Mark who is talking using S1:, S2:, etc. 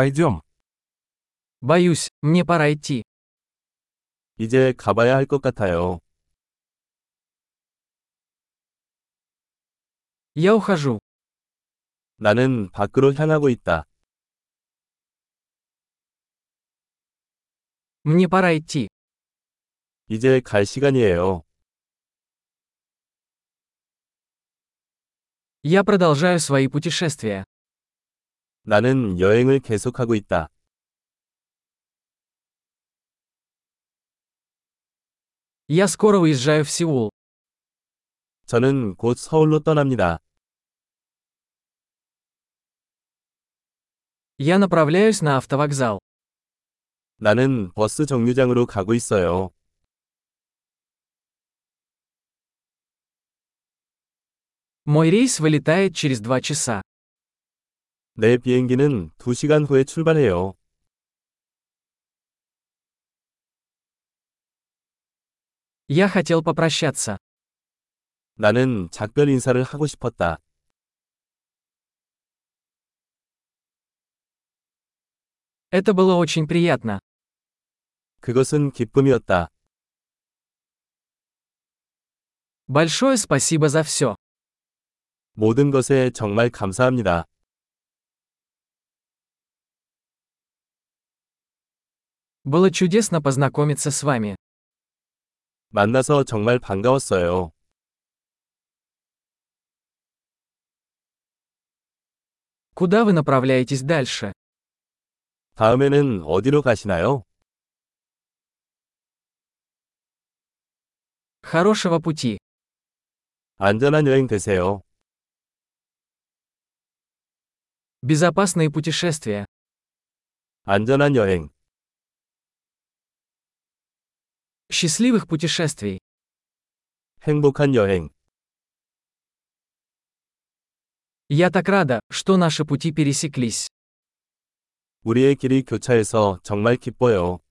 S1: Пойдем.
S2: Боюсь, мне пора идти.
S1: 이제 가봐야 할 것 같아요.
S2: Я ухожу.
S1: 나는 밖으로 향하고 있다.
S2: Мне пора идти.
S1: 이제 갈 시간이에요.
S2: Я продолжаю свои путешествия.
S1: 나는 여행을 계속하고 있다.
S2: Я скоро уезжаю в Сеул.
S1: 저는 곧 서울로 떠납니다.
S2: Я направляюсь на автовокзал.
S1: 나는 버스 정류장으로 가고 있어요.
S2: Мой рейс вылетает через два часа.
S1: 내 비행기는 2시간 후에 출발해요.
S2: Я хотел попрощаться.
S1: 나는 작별 인사를 하고 싶었다.
S2: Это было очень приятно.
S1: 그것은 기쁨이었다.
S2: Большое спасибо за все.
S1: 모든 것에 정말 감사합니다.
S2: Было чудесно познакомиться с вами.
S1: 만나서 정말 반가웠어요.
S2: Куда вы направляетесь дальше?
S1: 다음에는 어디로 가시나요?
S2: Хорошего пути.
S1: 안전한 여행 되세요.
S2: Безопасные путешествия.
S1: 안전한 여행.
S2: Счастливых путешествий.
S1: 행복한 여행.
S2: Я так рада, что наши пути пересеклись.
S1: 우리의 길이 교차해서 정말 기뻐요.